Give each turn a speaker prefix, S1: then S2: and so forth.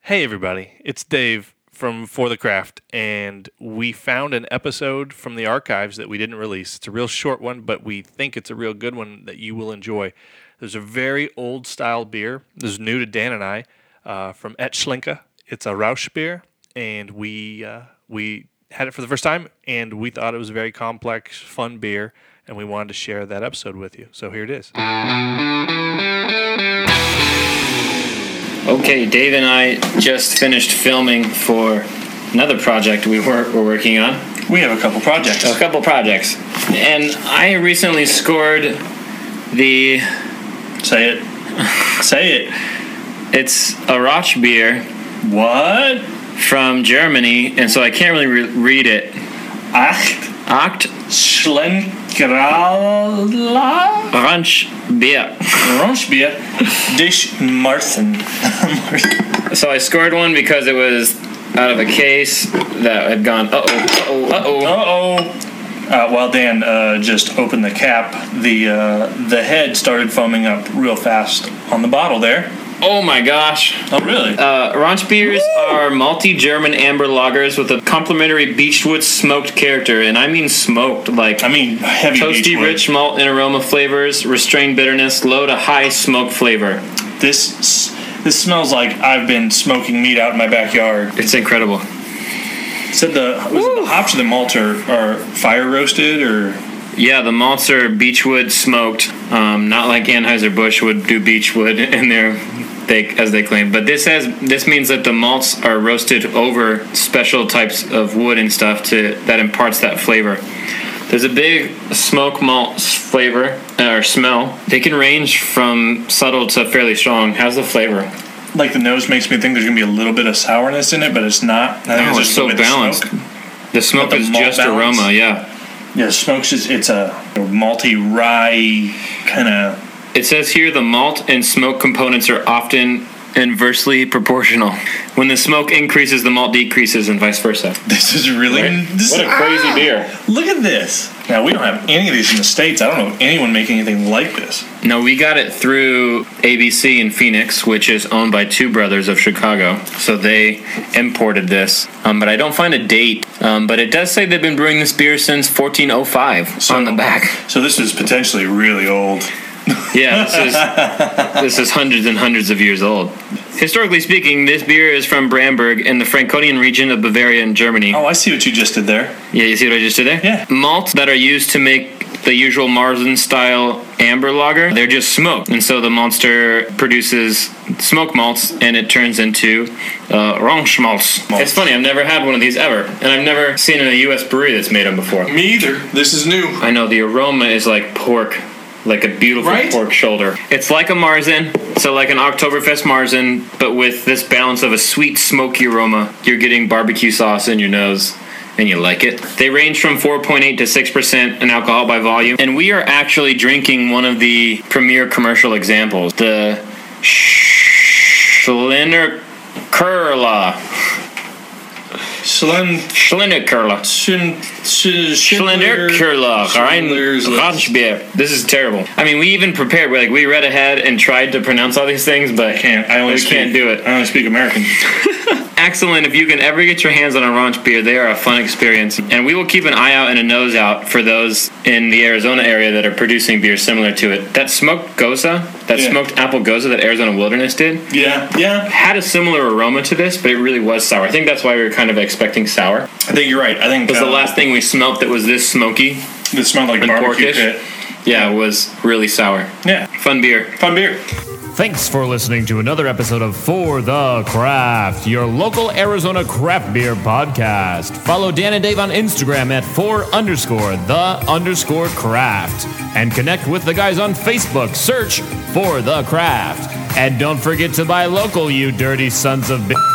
S1: Hey, everybody, it's Dave from For the Craft, and we found an episode from the archives that we didn't release. It's a real short one, but we think it's a real good one that you will enjoy. There's a very old style beer, this is new to Dan and I, uh, from Etschlinka. It's a Rausch beer, and we, uh, we had it for the first time, and we thought it was a very complex, fun beer, and we wanted to share that episode with you. So here it is.
S2: Okay, Dave and I just finished filming for another project we were, were working on.
S3: We have a couple projects.
S2: A couple projects. And I recently scored the.
S3: Say it. Say it.
S2: It's a Roch beer
S3: What?
S2: from Germany, and so I can't really re- read it.
S3: Acht
S2: Acht
S3: Schlenkrala
S2: Ranch Bier.
S3: Ronschbier Dish Marthen.
S2: So I scored one because it was out of a case that had gone, uh oh, uh oh, uh oh.
S3: Uh-oh. Uh, while Dan uh, just opened the cap, the uh, the head started foaming up real fast on the bottle there.
S2: Oh my gosh.
S3: Oh, really?
S2: Uh, Ranch beers are malty German amber lagers with a complimentary beechwood smoked character, and I mean smoked, like
S3: I mean, heavy
S2: toasty,
S3: beechwood.
S2: rich malt and aroma flavors, restrained bitterness, low to high smoke flavor.
S3: This s- this smells like I've been smoking meat out in my backyard.
S2: It's incredible.
S3: Said the was it the hops or the malt are, are fire roasted or
S2: Yeah, the malts are beechwood smoked, um, not like Anheuser Busch would do beechwood in their they as they claim. But this has this means that the malts are roasted over special types of wood and stuff to that imparts that flavor. There's a big smoke malt s- flavor uh, or smell. They can range from subtle to fairly strong. How's the flavor?
S3: like the nose makes me think there's gonna be a little bit of sourness in it, but it's not. I think
S2: Oh, it's
S3: just a
S2: so
S3: little bit of
S2: balanced.
S3: Smoke.
S2: The smoke
S3: the
S2: is
S3: malt
S2: just
S3: balance?
S2: aroma. Yeah.
S3: Yeah, smoke's just it's a malty rye kind of.
S2: It says here the malt and smoke components are often inversely proportional. When the smoke increases, the malt decreases, and vice versa.
S3: This is really this, ah!
S2: beer!
S3: Look at this. Now we don't have any of these in the states. I don't know anyone making anything like this.
S2: No, we got it through ABC in Phoenix, which is owned by two brothers of Chicago. So they imported this, um, but I don't find a date. Um, but it does say they've been brewing this beer since 1405 on the back.
S3: So this is potentially really old.
S2: Yeah, this is this is hundreds and hundreds of years old. Historically speaking, this beer is from Bramberg in the Franconian region of Bavaria in Germany.
S3: Oh, I see what you just did there.
S2: Yeah, you see what I just did there?
S3: Yeah.
S2: Malts that are used to make the usual Marzen style amber lager, they're just smoked. And so the monster produces smoke malts and it turns into uh, Orange malts.
S3: Malts.
S2: It's funny, I've never had one of these ever. And I've never seen in a US brewery that's made them before.
S4: Me either. This is new.
S2: I know the aroma is like pork, like a beautiful
S4: Right?
S2: pork shoulder. It's like a Marzen, so like an Oktoberfest Marzen, but with this balance of a sweet, smoky aroma. You're getting barbecue sauce in your nose. And you like it. They range from 4.8 to 6% in alcohol by volume. And we are actually drinking one of the premier commercial examples the Schlinner Curla.
S3: Schlen
S2: Schlinner Curla.
S3: Schn- Sch-
S2: Schlinder Kurlach, Rhein
S4: Schindler's List.
S2: Ranchbier. This is terrible. I mean, we even prepared. we like we read ahead and tried to pronounce all these things, but
S3: Can't. I only
S2: we
S3: speak,
S2: can't do it.
S3: I only speak American.
S2: Excellent. If you can ever get your hands on a ranch beer, they are a fun experience, and we will keep an eye out and a nose out for those in the Arizona area that are producing beers similar to it. That smoked goza, that
S3: Yeah.
S2: smoked apple goza that Arizona Wilderness did,
S3: Yeah, yeah.
S2: had a similar aroma to this, but it really was sour. I think that's why we were kind of expecting sour.
S3: I think you're right. I think
S2: It was
S3: uh,
S2: the last thing we smelt that was this smoky.
S3: It smelled like
S2: And
S3: barbecue
S2: porkish.
S3: pit.
S2: Yeah, it was really sour.
S3: Yeah,
S2: Fun beer.
S3: fun beer.
S5: Thanks for listening to another episode of For the Craft, your local Arizona craft beer podcast. Follow Dan and Dave on Instagram at for underscore the underscore craft. And connect with the guys on Facebook. Search For the Craft. And don't forget to buy local, you dirty sons of bitch.